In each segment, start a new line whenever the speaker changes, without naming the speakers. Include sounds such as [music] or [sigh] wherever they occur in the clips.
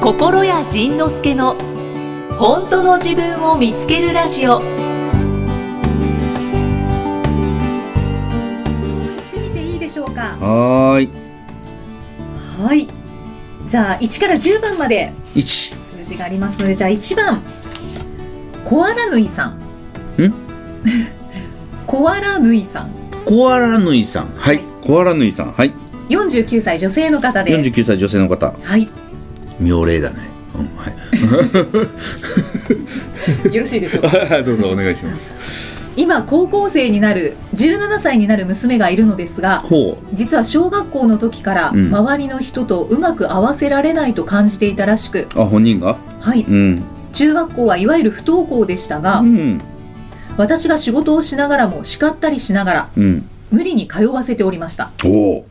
心谷仁之助の本当の自分を見つけるラジオ行ってみていいでしょうか
はーい
はいじゃあ1から10番まで
1
数字がありますのでじゃあ1番コアラヌイさん
ん
[laughs] コアラヌイさん
コアラヌイさんはいコアラヌイさんはい
49歳女性の方です
49歳女性の方
はい
妙齢だねうんはい
よろしいでしょう
[laughs]
か
どうぞお願いします
今高校生になる17歳になる娘がいるのですが
ほ
実は小学校の時から
うん
周りの人とうまく合わせられないと感じていたらしく、
うあ本人が
はい、
うん
中学校はいわゆる不登校でしたが、
うん
私が仕事をしながらも叱ったりしながら
うん
無理に通わせておりました
おお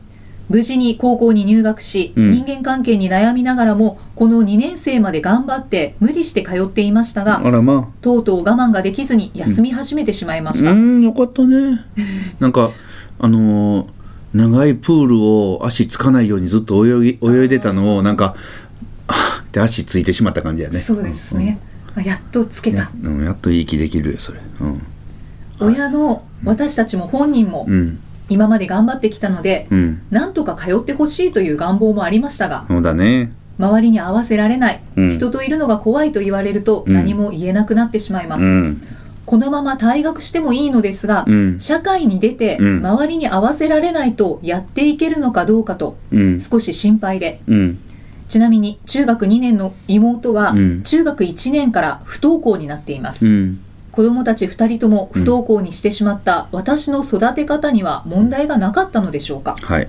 無事に高校に入学し、
うん
人間関係に悩みながらもこの2年生まで頑張って無理して通っていましたが
あらま
とうとう我慢ができずに休み始めてしまいま
あう
した、
ーんよかったね [laughs] なんかあのー長いプールを足つかないようにずっと泳ぎ泳いでたのをなんか [laughs] はぁって足ついてしまった感じやね
そうですね、まあやっとつけ
うん
た、
うんやうんやっといい気できるよそれうん
親の私たちも本人も
うん
今まで頑張ってきたので、
うん
なんとか通ってほしいという願望もありましたが
そうだね
周りに合わせられない、
うん
人といるのが怖いと言われると
うん
何も言えなくなってしまいます、
うん
このまま退学してもいいのですが、
うん
社会に出て
うん
周りに合わせられないとやっていけるのかどうかと
うん
少し心配で
うん
ちなみに中学2年の妹は
うん
中学1年から不登校になっています、
うん
子供たち2人とも不登校にしてしまった私の育て方には問題がなかったのでしょうか
はい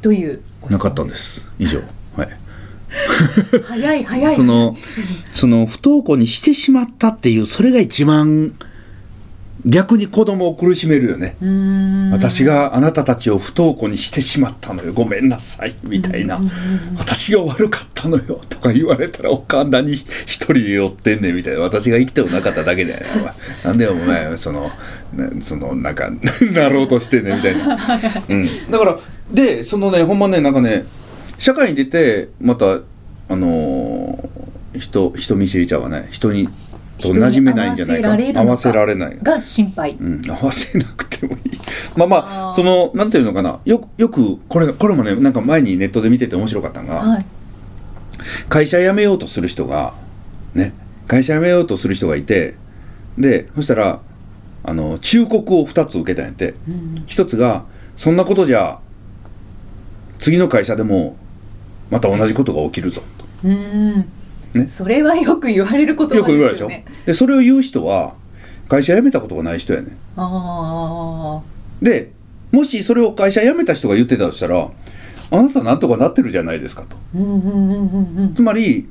というご質問
なかったんです以上はい
早い早い
そのその不登校にしてしまったっていうそれが一番逆に子供を苦しめるよね、
うーん
私があなたたちを不登校にしてしまったのよごめんなさいみたいな、私が悪かったのよとか言われたらおかんなに一人で寄ってんねんみたいな私が生きてもなかっただけだよなお前なんでお前そのなそのなんか [laughs] なろうとしてんねんみた
[laughs]
いな、うん、だからでそのねほんまねなんかね社会に出てまたあのー人人見知りちゃわない人にと馴染めないんじゃない
人に
か
合
合
わ
わ
せ
せ
ら
ら
れ
れ
な
ないい
が心配
うん、合わせなくてもいいまあまあ
あー
そのなんていうのかなよくよくこれこれもねなんか前にネットで見てて面白かったのが
はい
会社辞めようとする人がね会社辞めようとする人がいてでそしたらあの忠告を2つ受けたんやって1つがそんなことじゃ次の会社でもまた同じことが起きるぞと
うーん、
ね
それはよく言われること
よく言われるでし
よ
ょ
ね
でそれを言う人は会社辞めたことがない人やねん
あ
でもしそれを会社辞めた人が言ってたとしたらあなたなんとかなってるじゃないですかと
あうんうんうんうんうん
つまり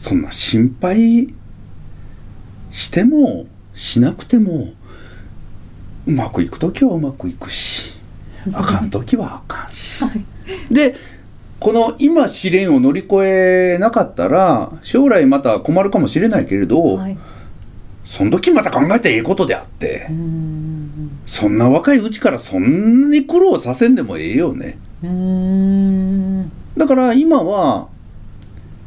そんな心配してもしなくてもうまくいく時はうまくいくしあかん時はあかんし、でこの今試練を乗り越えなかったら将来また困るかもしれないけれど、
はい
その時また考えていいことであって
うー。ん
そんな若いうちからそんなに苦労させんでもええよね。
うーん
だから今は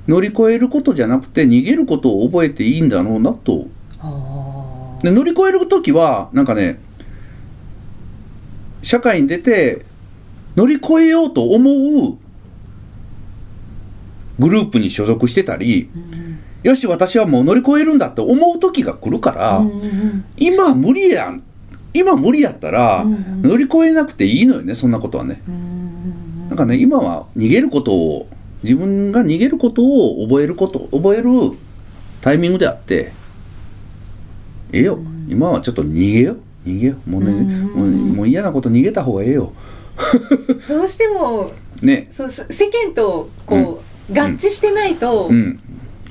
乗り越えることじゃなくて逃げることを覚えていいんだろうなと。
あ
で乗り越える時はなんかね社会に出て乗り越えようと思うグループに所属してたりよし私はもう乗り越えるんだって思う時が来るから、
あうんうん
今無理やん今無理やったら
うんうん
乗り越えなくていいのよねそんなことはね。
うんうん
なんかね今は逃げることを自分が逃げることを覚えること覚えるタイミングであってええよ、今はちょっと逃げよ逃げよもうね、
うん
もうもう嫌なこと逃げた方がええよ
どうしても
ね
そうす世間とこう、合致してないと
うん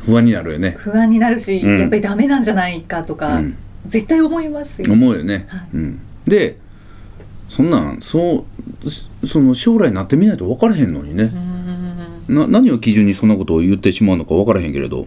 不安になるよね、
不安になるし、
うん
やっぱりダメなんじゃないかと
う
か、
ん、
絶対思いますよ、
思うよね、
はい
うん、でそんなんそうそその将来になってみないと分からへんのにね、
うーん
な何を基準にそんなことを言ってしまうのか分からへんけれど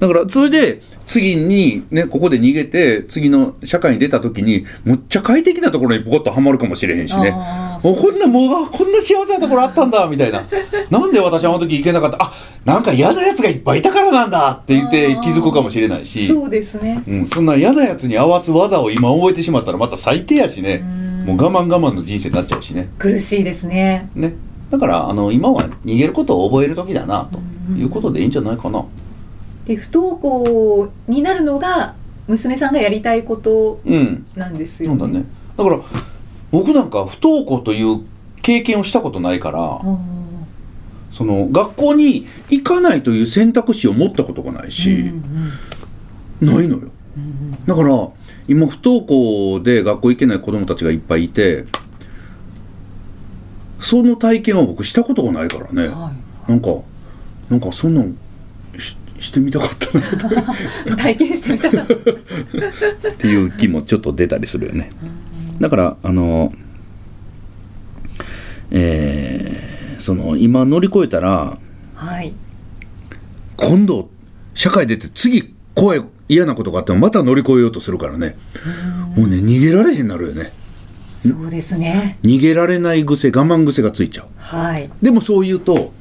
だからそれで次にねここで逃げて次の社会に出た時にむっちゃ快適なところにポコッとはまるかもしれへんしね
あー
もうこんなもうこんな幸せなところあったんだみたいななんで私あの時行けなかったあなんか嫌なやつがいっぱいいたからなんだって言って気づくかもしれないし
そうですね。
うん、そんな嫌なやつに合わす技を今覚えてしまったらまた最低やしねもう我慢我慢の人生になっちゃうしね
苦しいですね。
ねだからあの今は逃げることを覚える時だなということでいいんじゃないかな
で不登校になるのが娘さんがやりたいこと
うん
なんです
な
よ、
んだねだから僕なんか不登校という経験をしたことないから
あ
その学校に行かないという選択肢を持ったことがない
ー。うん
し
う、ん
ないのよ
うん
だから今不登校で学校行けない子供たちがいっぱいいてその体験は僕したことがないから
う
ね
んは
なんかなんかそんなんししてみたかったな
い、 [laughs] 体験してみたら
っていう気もちょっと出たりするよねだからあのえーその今乗り越えたら
はい
今度社会出て次怖い嫌なことがあってもまた乗り越えようとするからねもうね逃げられへんなるよね
そうですね
逃げられない癖我慢癖がついちゃう
はい
でもそう言うと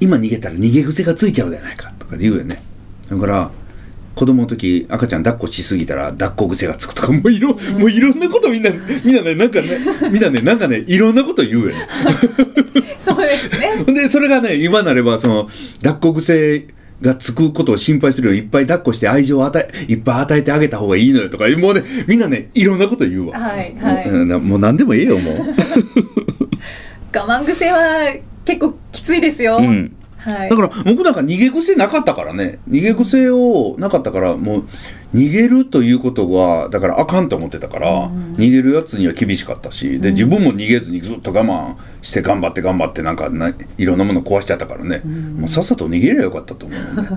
今逃げたら逃げ癖がついちゃうじゃないかとか言うよねだから子供の時赤ちゃん抱っこしすぎたら抱っこ癖がつくとかもういろもういろんなことみんなみんなねなんかねみんなねなんかねいろんなこと言うよね
そうですね
でそれがね今なればその抱っこ癖がつくことを心配するよりいっぱい抱っこして愛情を与えいっぱい与えてあげた方がいいのよとかもうねみんなねいろんなこと言うわ、
はいはい
うんなもう何でもええよもう
我慢癖は結構きついですよ、
うん
はい
だから僕なんか逃げ癖なかったからね逃げ癖をなかったからもう逃げるということがだからあかんと思ってたから、逃げるやつには厳しかったしで自分も逃げずにずっと我慢して頑張って頑張ってなんかないろんなもの壊しちゃったからね、もうさっさと逃げればよかったと思う
[laughs]
よね。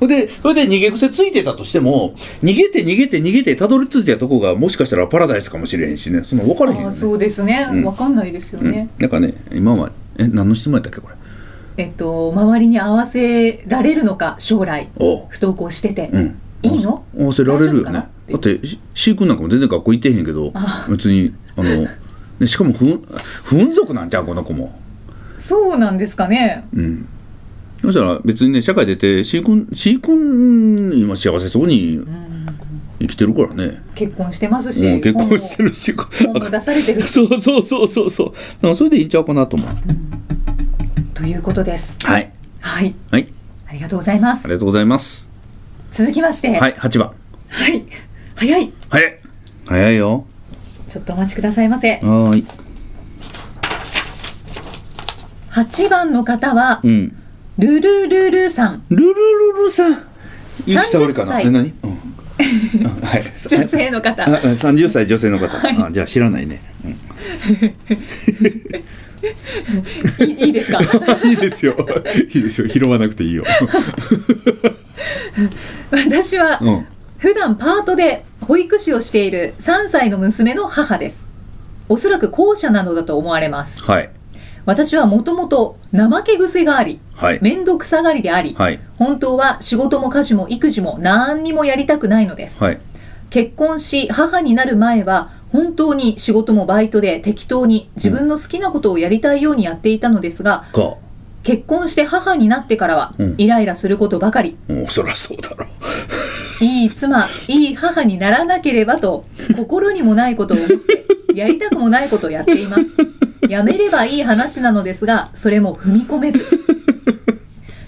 それでそれで逃げ癖ついてたとしても逃げて逃げて逃げてたどり着いたとこがもしかしたらパラダイスかもしれへんしねその分からへん
あ
よ
ー
ね。
そうですね、
ん
わかんないですよね、
うん、なんかね今はえ何の質問やったっけこれ
えっと周りに合わせられるのか将来
おう
不登校してて、
うん
いいの
合わせられるよ
大
ね
丈夫かな
だ
って
ってし飼育なんかも全然学校行ってへんけど
あ
別にあの、ね、しかも不運不運族なんじゃんこの子も
そうなんですかね
うんそしたら別にね社会出て飼育飼育今幸せそうに生きてるからね、
結婚してますし、
うん、結婚してるし
本も本も出されてる
[laughs] そうそうそうそうそうだからそれでいいんちゃうかなと思う
ということです
はい
はい
はい
ありがとうございま
あ
す
りがとうございます
続きまして
はい8番
はい早い
早い早いよ
ちょっとお待ちくださいませ
はーい
8番の方は
うん
ルルルルさん
ルルルルさんゆきさおりかな
30
え何、うん、 [laughs] はい
女性の方
ああ三十歳女性の方、あじゃあ知らないね。
いいいですか
[laughs] いいですよ。 [laughs] いいですよ。拾わなくていいよ。
私は
うん。
普段パートで保育士をしている3歳の娘の母ですおそらく後者なのだと思われます
はい
私はもともと怠け癖があり
はい
面倒くさがりであり、
はい
本当は仕事も家事も育児も何にもやりたくないのです
はい
結婚し母になる前は本当に仕事もバイトで適当に自分の好きなことをやりたいようにやっていたのですが
か。
結婚して母になってからは
うん
イライラすることばかり、
もうそりゃそうだろ
いい妻いい母にならなければと心にもないことを思ってやりたくもないことをやっていますやめればいい話なのですがそれも踏み込めず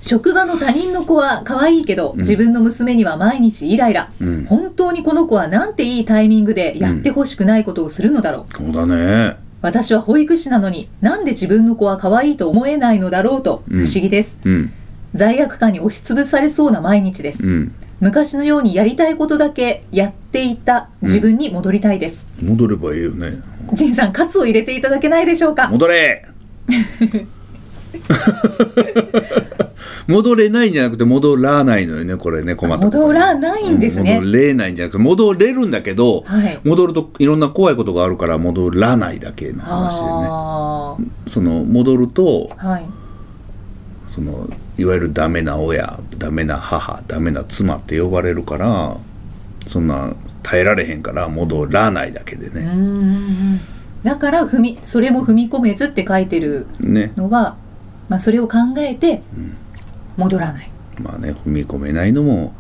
職場の他人の子は可愛いけど自分の娘には毎日イライラ、
う。うん。
本当にこの子はなんていいタイミングでやってほしくないことをするのだろう、
そうだね。
私は保育士なのになんで自分の子は可愛いと思えないのだろうと不思議です、
うん
罪悪感に押しつぶされそうな毎日です、
うん。
昔のようにやりたいことだけやっていた自分に戻りたいです、
戻ればいいよね。
仁さんカツを入れていただけないでしょうか
戻 [laughs] れ。戻れないんじゃなくて戻らないのよねこれね困ったことね
戻らないんですね
う戻れないんじゃなくて戻れるんだけど、
はい
戻るといろんな怖いことがあるから戻らないだけの話でね
あ
その戻ると
あはい
そのいわゆるダメな親ダメな母ダメな妻って呼ばれるからそんな耐えられへんから戻らないだけで
うん
ね、
うんうんだから踏みそれも踏み込めずって書いてる
ね
のは、まあ、それを考えて戻らない、
まあね踏み込めないのも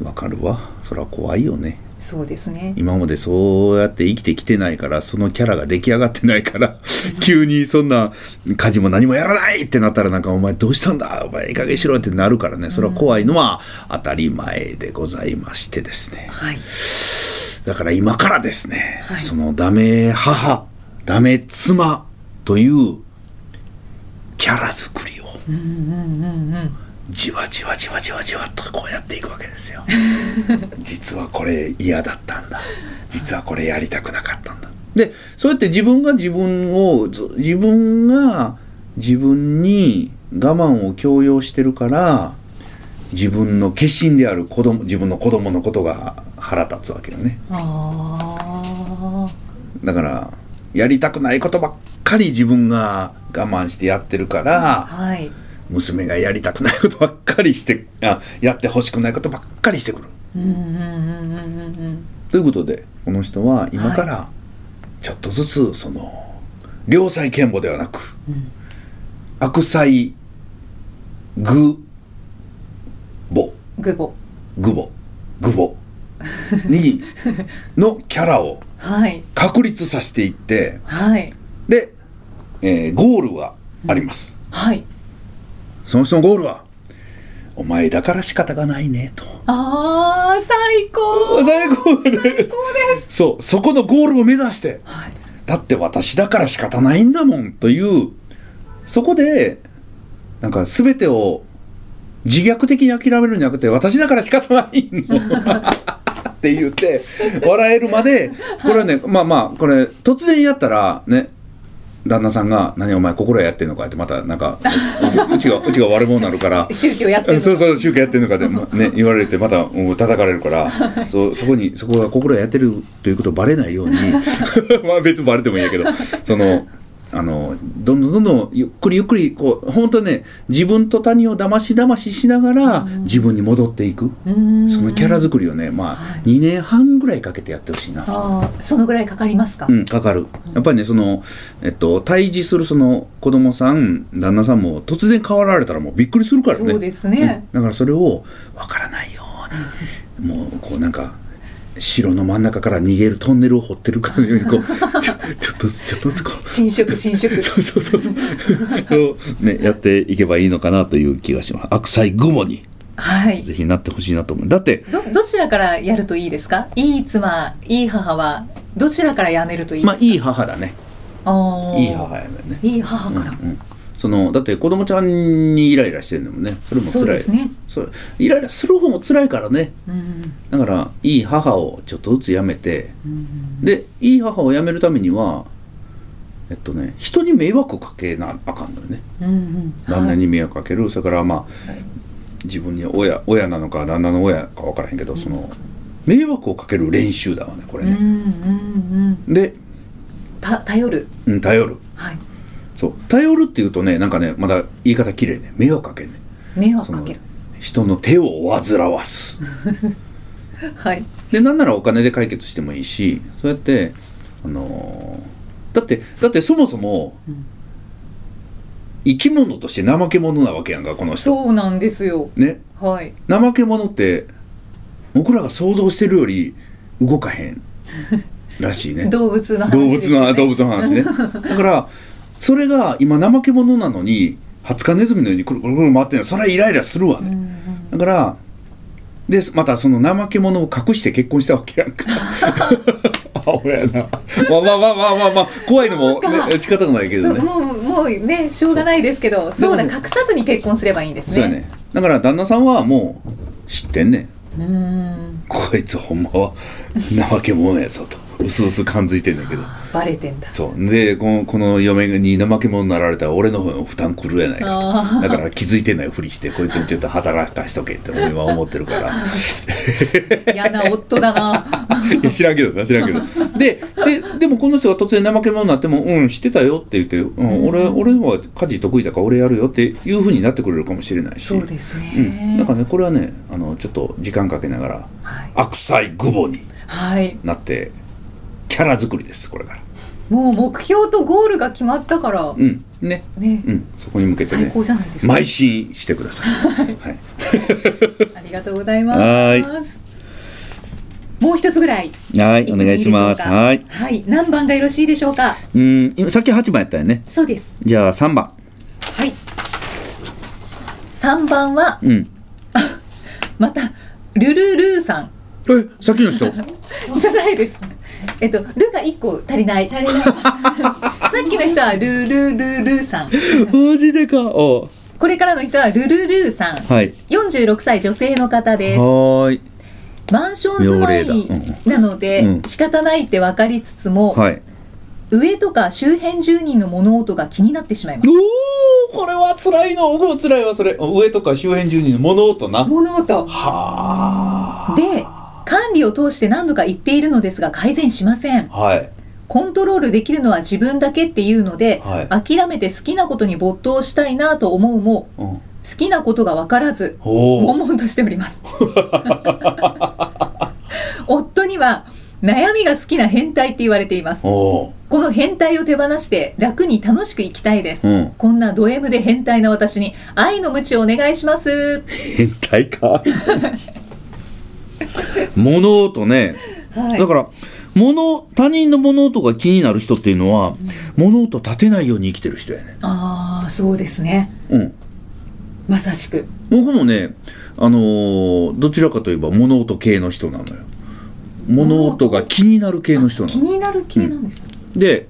わかるわそれは怖いよね
そうですね
今までそうやって生きてきてないからそのキャラが出来上がってないから急にそんな家事も何もやらないってなったらなんかお前どうしたんだお前いい加減しろってなるからねそれは怖いのは当たり前でございましてですね
はい
だから今からですね、
はい
そのダメ母ダメ妻というキャラ作りを
うんうんうんうん
じわじわじわじわじわっとこうやっていくわけですよ [laughs] 実はこれ嫌だったんだ実はこれやりたくなかったんだでそうやって自分が自分をず自分が自分に我慢を強要してるから自分の化身である子供自分の子供のことが腹立つわけよね
ああ
だからやりたくないことばっかり自分が我慢してやってるから、
はい
娘がやりたくないことばっかりしてあやってほしくないことばっかりしてくる
うんうんうんうんうんうん
ということでこの人は今からちょっとずつその良妻賢母ではなく、
うん
悪妻愚母
グボ
愚母愚母にのキャラを
はい
確立させていって
はい
で、えーゴールはあります、
はい
その人のゴールは、お前だから仕方がないね、と。
あー最高
最高
そ
で
うです
そう、そこのゴールを目指して、
はい
だって私だから仕方ないんだもん、という、そこで、なんか全てを自虐的に諦めるんじゃなくて、私だから仕方ないの。って言って笑えるまでこれはねまあまあこれ突然やったらね旦那さんが「何お前心やってんのか」ってまたなんかうちがうちが悪者になるから
宗教やってる
そう
う
そう宗教やってるのかで、まね、言われてまたうん叩かれるからそうそこにそこが心がやってるということをバレないように [laughs] まあ別にバレてもいいんやけどそのあのどんどんどんどんゆっくりゆっくりこう本当ね自分と他人をだましだまししながら自分に戻っていくそのキャラ作りをねまあ
はい
2年半ぐらいかけてやってほしいな。
あーそのぐらいかかりますか、
うん、かかる。やっぱりね、その、えっと、対峙するその子供さん、旦那さんも突然変わられたらもうびっくりするからね。
そうですね
うんだからそれをわからないように、もうこうなんか、城の真ん中から逃げるトンネルを掘ってるかのように
[laughs]
こう、ちょちょっとずつ、ちょっとずつこう。
侵食侵食
そうそうそうそう。そうね、やっていけばいいのかなという気がします。悪妻雲に
はい
ぜひなってほしいなと思う。だって、
どどちらからやるといいですかいい妻いい母はどちらからやめるといいで
ますあ
か、
いい母だね。
あー
いい母やね。
いい母から、
うん、そのだって子供ちゃんにイライラしてるんだもんねそれも辛
そ
い
うですね
それイライラする方も辛いからね
うん
だからいい母をちょっとずつやめて
うん
でいい母をやめるためにはえっとね人に迷惑をかけなあかんのよね
うんうん
旦那
はい
に迷惑かける、それからまあ自分に親親なのか旦那の親か分からへんけどその迷惑をかける練習だわねこれ
うん
ね、
うんうん
で、
た頼る
うん、頼る
はい
そう頼るっていうとねなんかねまだ言い方綺麗ね迷惑かけんね
迷惑
そ
か
の
ける
人の手を煩わす
はい
でなんならお金で解決してもいいしそうやってあのーだってだってそもそも
うん
生き物として怠け者なわけやんかこの人
そうなんですよ
ね
はい
怠け者って僕らが想像してるより動かへんらしい
[laughs]
ね
動物の話
動
で
物
すよ
の
ね
動物の話ねだからそれが今怠け者なのにハツカネズミのようにくるくるくる回ってるのそれはイライラするわね、
うんうん
だからでまたその怠け者を隠して結婚したわけや
[laughs]
んか。あ俺やな。まあまあまあまあまあ、まあ、怖いのも、
そう
ね、仕方がないけ
そ
ど
う
ね。
もうもうねしょうがないですけど
そう
そうだ
で
隠
も
さずに結婚すればいいんですね
そうやね。だから旦那さんはもう知ってんねん。
うん
こいつほんまは怠け者やぞと。うすうす感づいてんだけど。
バレてんだ
そう。で、このこの嫁に怠け者になられたら俺の方の負担狂えないか
あ
と。だから気づいてないふりして、こい
[laughs]
つにちょっと働かしとけって俺は思ってるから。 [laughs]
嫌な夫だな
いや知らんけどな知らんけどでででもこの人が突然怠け者になっても「うん知ってたよ」って言って「うん
うん
俺俺の方が家事得意だから俺やるよ」っていうふうになってくれるかもしれないし
そうですね、
うん、なんかねこれはねあのちょっと時間かけながら
はい、
悪妻愚母に
はい、
なってキャラ作りですこれから
もう目標とゴールが決まったから、
うんね
ね、
うんそこに向けて
最
ね
高じゃないですか
邁進してください、はい、
ありがとうございます
はい
もう一つぐらい
[laughs] はい、お願いします。
行っ
は
てもいいでし
い
ょ。うかはい何番がよろしいでしょうか
うん、今さっき8番やったよね。
そうです
じゃあ3番。
はい三番は
うん。え、
またルルルーさん
さっきの人。
じゃないですえっとルが一個足りない足りないさっきの人はルルルルーさん
[laughs] マジでか。お
これからの人はルルルーさん
はい。
46歳女性の方です
はーい。
マンション住まい
妙齢だ
なので、
うん
仕方ないって分かりつつも、
はい。
上とか周辺住人の物音が気になってしまいます
おお、これは辛いの。僕も辛いわ、それ。上とか周辺住人の物音な。は
物音
あ。
で管理を通して何度か言っているのですが改善しません
はい。
コントロールできるのは自分だけっていうので、
は
諦めて好きなことに没頭したいなと思うも
うん。
好きなことが分からず
お
悶
お。
々としております夫には悩みが好きな変態って言われています
おお。
この変態を手放して楽に楽しく生きたいです、
うん。
こんなド M で変態な私に愛の無知をお願いします
変態か。 [laughs] 物音ね。
はい
だから物他人の物音が気になる人っていうのは、物音立てないように生きてる人やね、
ああそうですね
うん、
まさしく
僕もね、あのーどちらかといえば物音系の人なのよ物音が気になる系の人な
気
の
になる系なんです、
で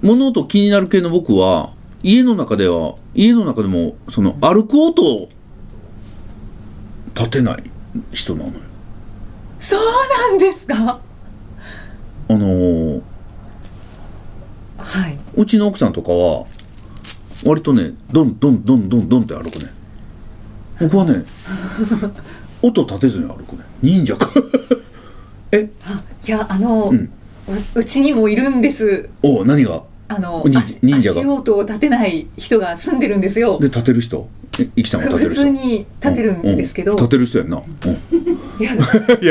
物音気になる系の僕は家の中では家の中でもその歩く音を立てない人なのよ
そうなんですか
あのー
はいう
ちの奥さんとかは割とねどんどんどんどんどんって歩くね僕は
[laughs]
ね音立てずに歩くね忍者か [laughs] え
あいやあの、う
うん
うちにもいるんです
おう何が
あの
に
足
忍者が
足音を立てない人が住んでるんですよ
で立てる人えイキさんは立
普
てる人
通に立てるんですけど、
うう立てる人やんな、うん
いや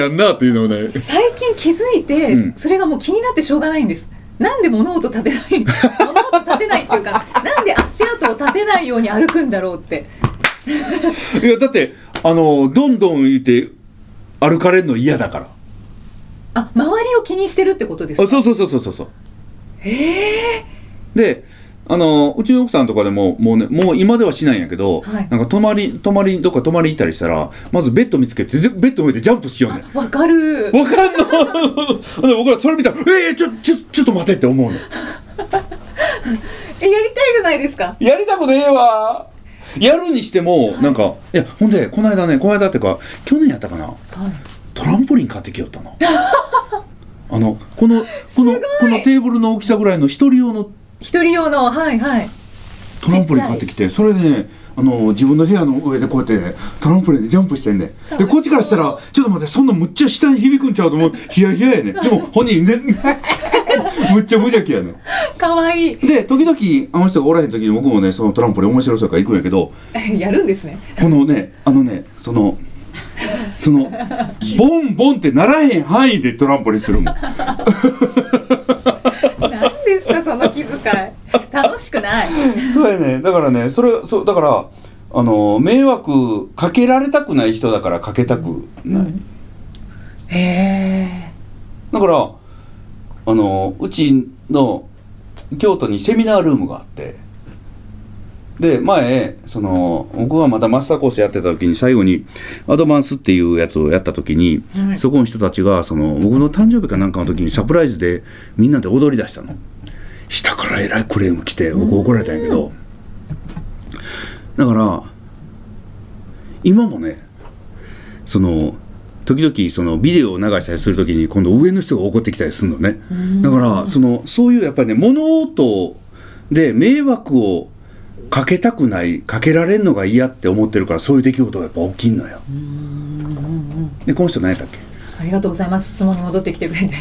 やん [laughs] なっていうのもね
最近気づいて、
うん
それがもう気になってしょうがないんですなんで物音立てない物音立てないっていうかなんで足跡を立てないように歩くんだろうって
いやだってあのどんどん言って歩かれるの嫌だから
あ周りを気にしてるってことです
あ
か
そうそうそうそうそうそうええであのうちの奥さんとかでももうねもう今ではしないんやけど、
はい
なんか泊まり泊まりどっか泊まり行ったりしたらまずベッド見つけてでベッド見てジャンプしようねん
わかる
わかんの [laughs] で僕らそれ見たら「ええちょちょちょっと待て」って思うの
えやりたいじゃないですか
やりたくねえわやるにしてもなんかいやほんでこの間ねこの間っていうか去年やったかな
はい
トランポリン買ってきよった
[laughs]
のあのこのこの
すごい
このテーブルの大きさぐらいの一人用の
一人用のはいはい
トランポリン買ってきてそれでねあの自分の部屋の上でこうやってねトランポリンでジャンプしてんね
楽しそ
で
う
こっちからしたらちょっと待ってそんなむっちゃ下に響くんちゃうと思うヒヤヒヤや [laughs] ねでも本人ねむっちゃ無邪気やね
かわいい
で時々あの人がおらへん時に僕もねそのトランポリン面白そうやから行くんやけど
[laughs] やるんですね
このねあのねそのそのボンボンってならへん範囲でトランポリンするもん
何ですかその気遣い楽しくない
[laughs] そうやねだからねそれそうだからあの迷惑かけられたくない人だからかけたくない、
へえ
だからあのうちの京都にセミナールームがあってで前その僕がまだマスターコースやってた時に最後にアドバンスっていうやつをやった時に、
はい
そこの人たちがその僕の誕生日かなんかの時にサプライズでみんなで踊り出したの下からえらいクレーム来て僕怒られたんやけどだから今もねその時々そのビデオを流したりする時に今度上の人が怒ってきたりするのねだからそのそういうやっぱりね物音で迷惑をかけたくないかけられるのが嫌って思ってるからそういう出来事がやっぱ起きんのよでこの人何やったっけ
ありがとうございます質問に戻ってきてくれ
[laughs]
て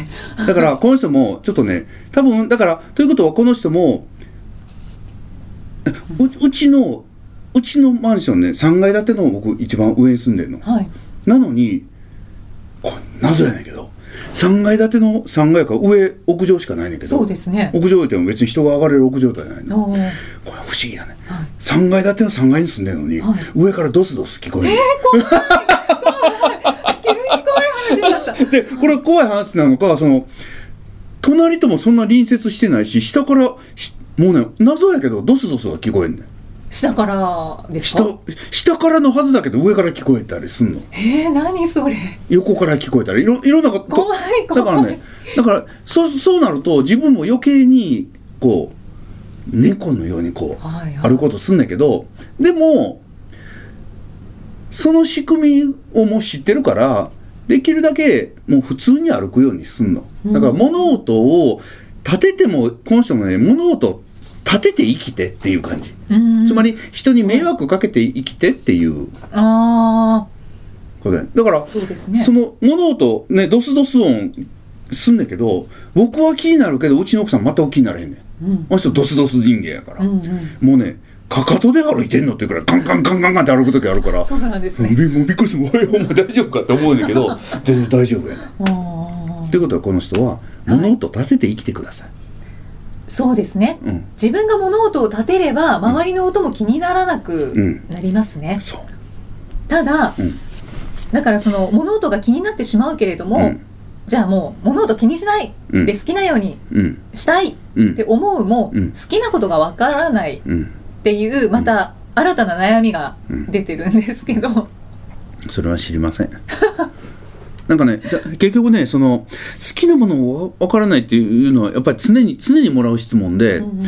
だからこの人もちょっとね多分だからということはこの人もううちのうちのマンションね3階建ての僕一番上に住んでるの
はい
なのにこれ謎やねんけど3階建ての3階やから上屋上しかないねんけど
そうですね
屋上っても別に人が上がれる屋上ではないの
おーはい
これ不思議だね3階建ての3階に住んでるのに、
はい
上からドスドス聞こえる、
急に怖い話になった
でこれは怖い話なのかその隣ともそんな隣接してないし下からしもうね謎やけどドスドスが聞こえんねん
下からです
下
か
下からのはずだけど上から聞こえたりすんの
えー、何それ
横から聞こえたりいろいろんなこと
怖い怖
だ
い
からねだからそそうなると自分も余計にこう猫のようにこう
はいはい
歩こうとすんねんけどでもその仕組みをもう知ってるからできるだけもう普通に歩くようにすんの
うん
だから物音を立ててもこの人もね物音を立てて生きてっていう感じ
うん
つまり人に迷惑かけて生きてっていう
あ
ことだよだから
あそうですね
その物音ねドスドス音すんだけど僕は気になるけどうちの奥さん全く気になれへんねん
うん
あの人ドスドス人間やから、
うんうん
もうねかかとで歩いてんのっていうくらいカンカンカンカンカンって歩く時あるから
そうなんです
び
ね
もうびっくりするもうお前大丈夫かって思うんだ
[laughs]
けど全然大丈夫やな
あー
ということはこの人は物音立てて生きてください、
[laughs] そうですね
うん
自分が物音を立てれば周りの音も気にならなくなりますね、
そう
ただ、
うん
だからその物音が気になってしまうけれども、
うん
じゃあもう物音気にしない
うん
で好きなように
うん
したいっ
うん
て思うも、
うん
好きなことがわからないっ
うん
ていうまた新たな悩みが出てるんですけど、
それは知りません [laughs] なんかねじゃ結局ねその好きなものをわからないっていうのはやっぱり常に常にもらう質問で、
うんうん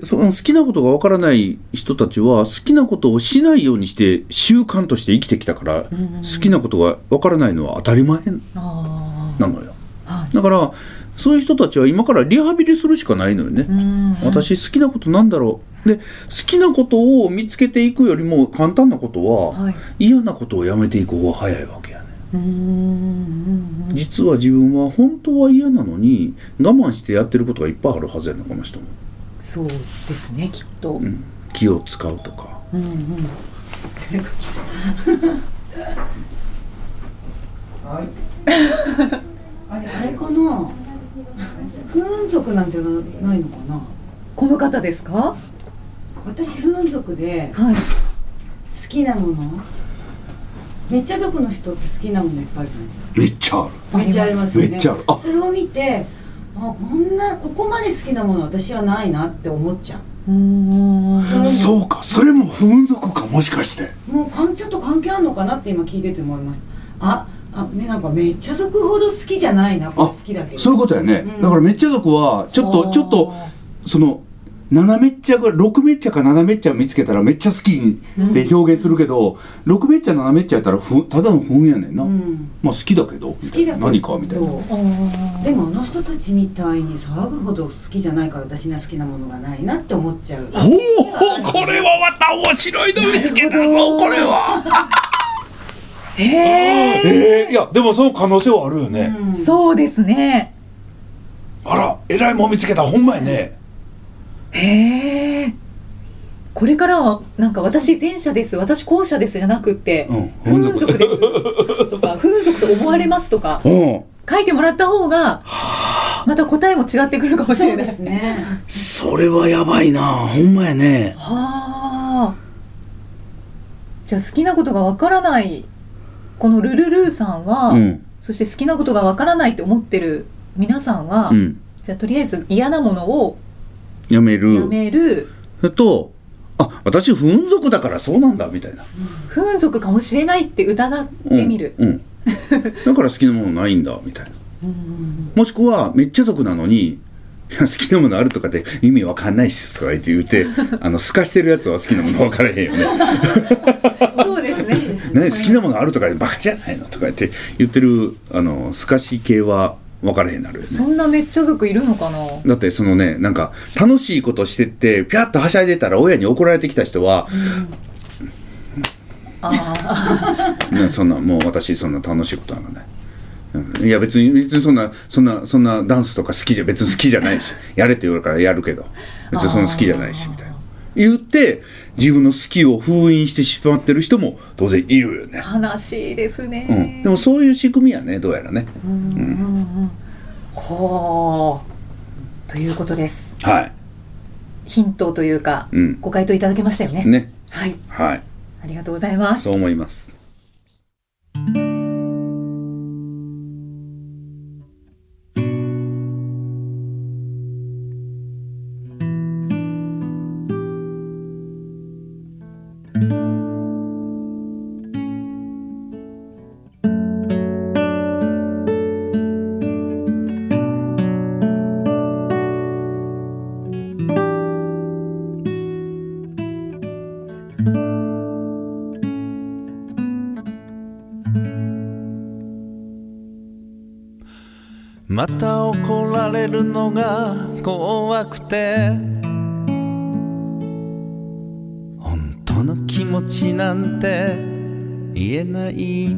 でその好きなことがわからない人たちは好きなことをしないようにして習慣として生きてきたから、
うんうん
好きなことがわからないのは当たり前
あ
なのよ
あ、はい
だからそういう人たちは今からリハビリするしかないのよね、
うん
私好きなことなんだろうで好きなことを見つけていくよりも簡単なことは、
はい
嫌なことをやめていく方が早いわけやね
うんうんうん
実は自分は本当は嫌なのに我慢してやってることがいっぱいあるはずやねこの人も、
そうですねきっと、うん
う
うん
ん、気を使うとか
あれあれかな不運族なんじゃないのかな
この方ですか
私不運族で
はい
好きなものめっちゃ族の人って好きなものいっぱいあるじゃないですか
めっちゃある
めっちゃありますよね
めっちゃあるあ
それを見てあこんなここまで好きなもの私はないなって思っちゃ
う
う
ん
そうかそれも不運族かもしかして
もうかんちょっと関係あるのかなって今聞いてて思いましたああねなんかめっちゃ族ほど好きじゃないなこれ好きだけど
そういうことやね、
うん
だからめっちゃ族はちょっ
あ
と
ー
ちょっとその斜めっちゃぐらい6めっちゃか7めっちゃ見つけたらめっちゃ好きって表現するけど、六6めっちゃ7めっちゃやったらふんただの不運やねんな、
うん
まあ好きだけど
好きだけど
何かみたいな
そう
あー
でもあの人たちみたいに騒ぐほど好きじゃないから私には好きなものがないなって思っちゃう
ほうこれはまた面白いの見つけたぞこれは
へえ
ええいやでもその可能性はあるよね、
うん
そうですね
あらえらいもん見つけたほんまやね
へえこれからはなんか私前者です私後者ですじゃなくって、
うん
不運族ですとか不運族と思われますとか
うん
書いてもらった方がまた答えも違ってくるかもし
そ
れ
う
ない
ですね
それはやばいなほんまやね
はあじゃあ好きなことがわからないこのルルルーさんは、
うん
そして好きなことがわからないって思ってる皆さんは、
うん
じゃあとりあえず嫌なものを
やめる
やめる、
それとあ私不運族だからそうなんだみたいな
不運族かもしれないって疑ってみる、 [laughs]
うん、うんだから好きなものないんだみたいなもしくはめっちゃ族なのにいや好きなものあるとかって意味わかんないっすとか言って言ってあの透かしてるやつは好きなもの分からへんよね
[laughs] そうですね
ね、好きなものあるとかバカじゃないのとか言って言ってるあの透かし系は分からへんなるよね
そんなめっちゃ族いるのかな
だってそのねなんか楽しいことしてってピャッとはしゃいでたら親に怒られてきた人は、
あ
ねそんなもう私そんな楽しいことなんかない、うんいや別に別にそんなそんなそんなダンスとか好きじゃ別に好きじゃないし [laughs] やれって言われるからやるけど別にそんな好きじゃないしみたいな言って自分の好きを封印してしまってる人も当然いるよね、
悲しいですね、
うん、でもそういう仕組みやねどうやらね
うんうんうんほうということです
は
ヒントというか、
うん
ご回答いただけましたよね
いね
はい
はい
ありがとうございます
そう思います
また怒られるのが怖くて本当の気持ちなんて言えない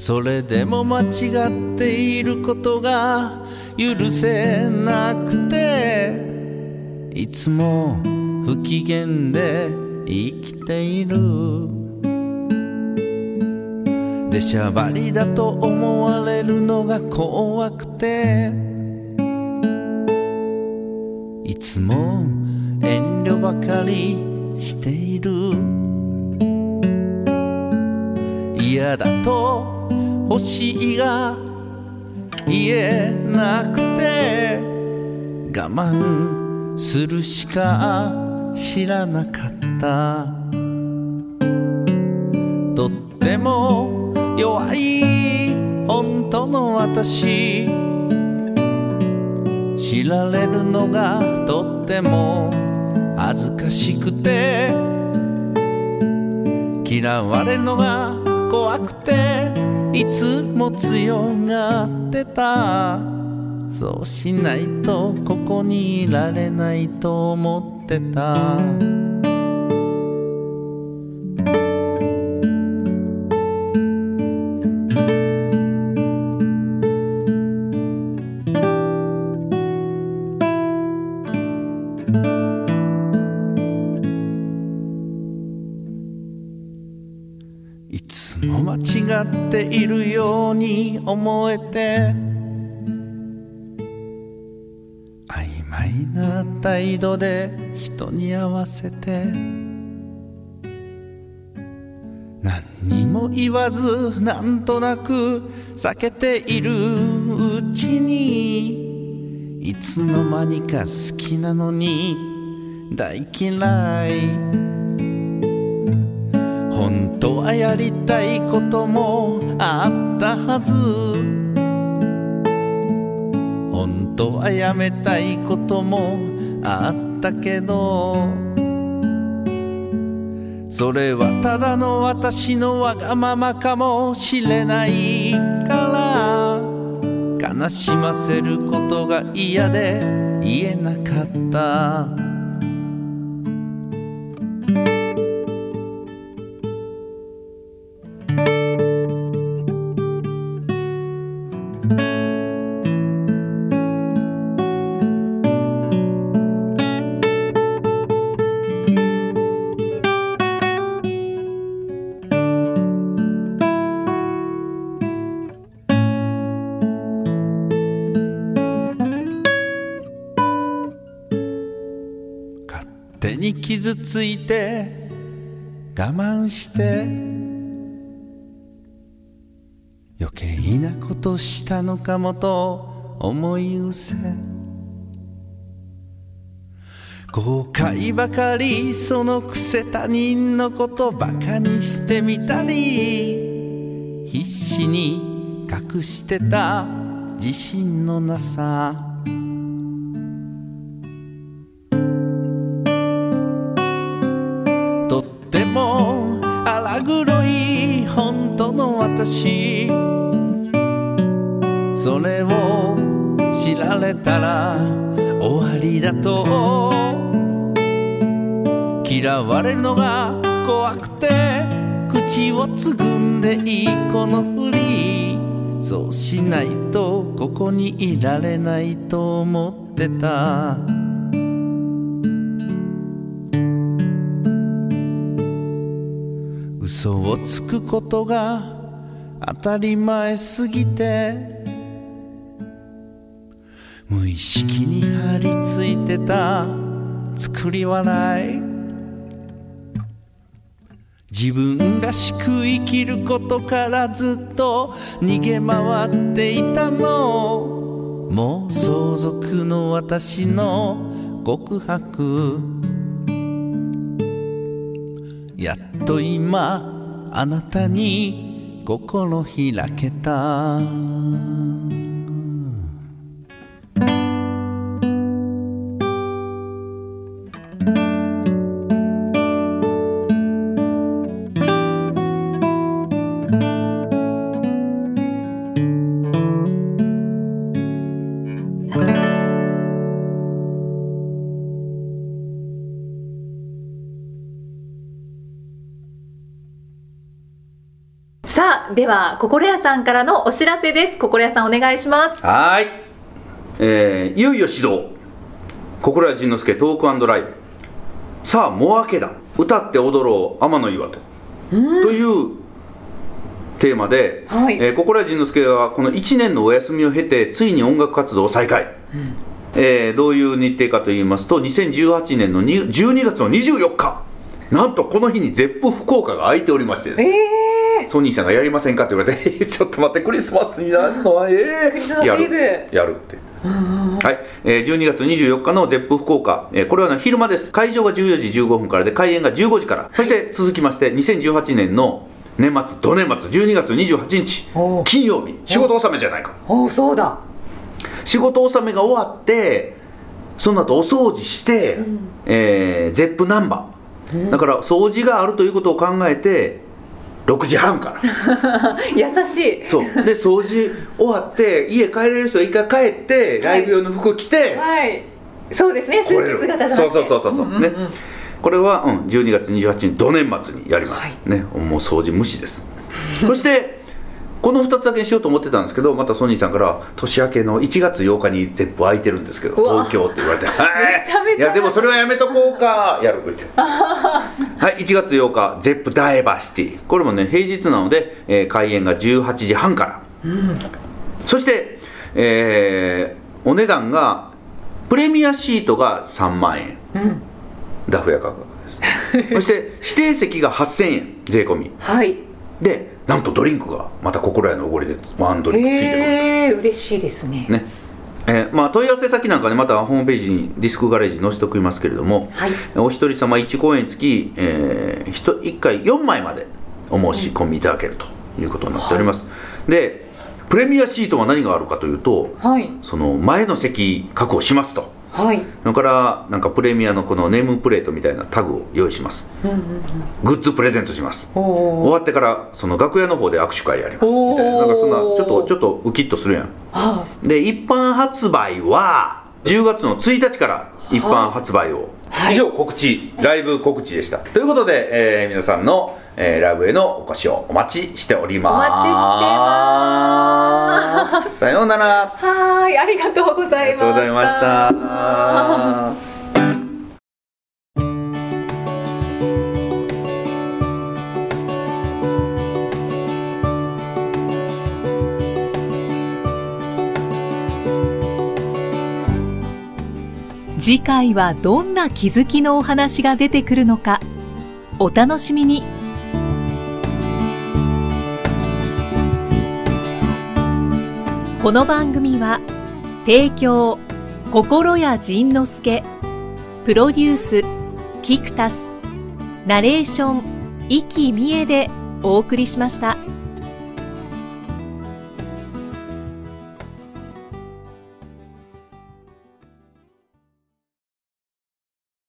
それでも間違っていることが許せなくていつも不機嫌で生きているでしゃばりだと思われるのが怖くていつも遠慮ばかりしている嫌だと欲しいが言えなくて我慢するしか知らなかったとっても弱い本当の私知られるのがとっても恥ずかしくて嫌われるのが怖くていつも強がってたそうしないとここにいられないと思ってたいつも間違っているように思えて曖昧な態度で人に合わせて何にも言わずなんとなく避けているうちにいつの間にか好きなのに大嫌い本当はやりたいこともあったはず本当はやめたいこともあったけどそれはただの私のわがままかもしれないから悲しませることが嫌で言えなかった勝手に傷ついて我慢して余計なことしたのかもと思い失せ後悔ばかりそのくせ他人のことバカにしてみたり必死に隠してた自信のなさとっても荒黒い本当の私それを知られたら終わりだと嫌われるのが怖くて口をつぐんでいいこのふりそうしないとここにいられないと思ってた嘘をつくことが当たり前すぎて無意識に張り付いてた作り笑い自分らしく生きることからずっと逃げ回っていたのもう相続の私の告白やっと今あなたに心開けた
さあでは心屋さんからのお知らせです心屋さんお願いします
はーい、えー、いよいよ始動心谷仁之助トークライブさあもう明けだ歌って踊ろう天の岩戸というテーマで、
はい
えー、心谷仁之助はこの1年のお休みを経てついに音楽活動を再開、えーどういう日程かと言いますと2018年のに12月の24日なんとこの日にゼップ福岡が空いておりましてですね
ええ
ソニーさんがやりませんかって言われて、え [laughs] ちょっと待って、クリスマスになるのは、ええ
クリスマス
や
イブ
るやるって。はい、えー、12月24日のゼップ福岡、えーこれはね昼間です。会場が14時15分からで、開演が15時から。そして続きまして、2018年の年末、土年末、12月28日
おう、
金曜日、仕事納めじゃないか。
おおそうだ
仕事納めが終わってその後お掃除して、えー、ゼップナンバー、だから掃除があるということを考えて6時半から
優しい
そうで掃除終わって家帰れる人は一回帰ってライブ用の服着て、
はいそうですねス
来
ー
れ
ツ
る
姿じゃな
そ
く
う
て
そうそうそうそう、
んんん
ねこれは、うん、12月28日土年末にやります、ねもう掃除無視ですそしてこの2つだけにしようと思ってたんですけどまたソニーさんから年明けの1月8日に全部空いてるんですけど
うわ
東京って言われて [laughs] はい
めちゃめちゃ
いやでもそれはやめとこ
[laughs]
うかやる言ってはい1月8日ゼップダイバーシティこれもね平日なので、えー開演が18時半からそして、えーお値段がプレミアシートが3万円、
ん
ダフ屋価格
[laughs]
ですそして指定席が8000円税込み
はい
でなんとドリンクがまた心得のおごりでワンドリンクついてくる、
ええ嬉しいですね
ねえーまあ、問い合わせ先なんかねまたホームページにディスクガレージに載せておきますけれども、
はい
お一人様1公演につき、えー、1, 回4枚までお申し込みいただけるということになっております、でプレミアシートは何があるかというと
はい
その前の席確保しますと
はい
それからなんかプレミアのこのネームプレートみたいなタグを用意します
うんうんうん
グッズプレゼントします
お
終
お
わってからその楽屋の方で握手会やります
おー
みたいななんかそんなちょっとちょっとウキッとするやん
あ
で一般発売は10月の1日から一般発売を、
はい
以上告知ライブ告知でしたということで、えー皆さんの、えーライブへのお越しをお待ちしております
お待ちしてます
さようならあ
はーいありがとうござ
り
い
が
ま
とうございました
次回はどんな気づきのお話が出てくるのかお楽しみにこの番組は提供心谷仁之助プロデュースキクタスナレーション生きみえでお送りしました。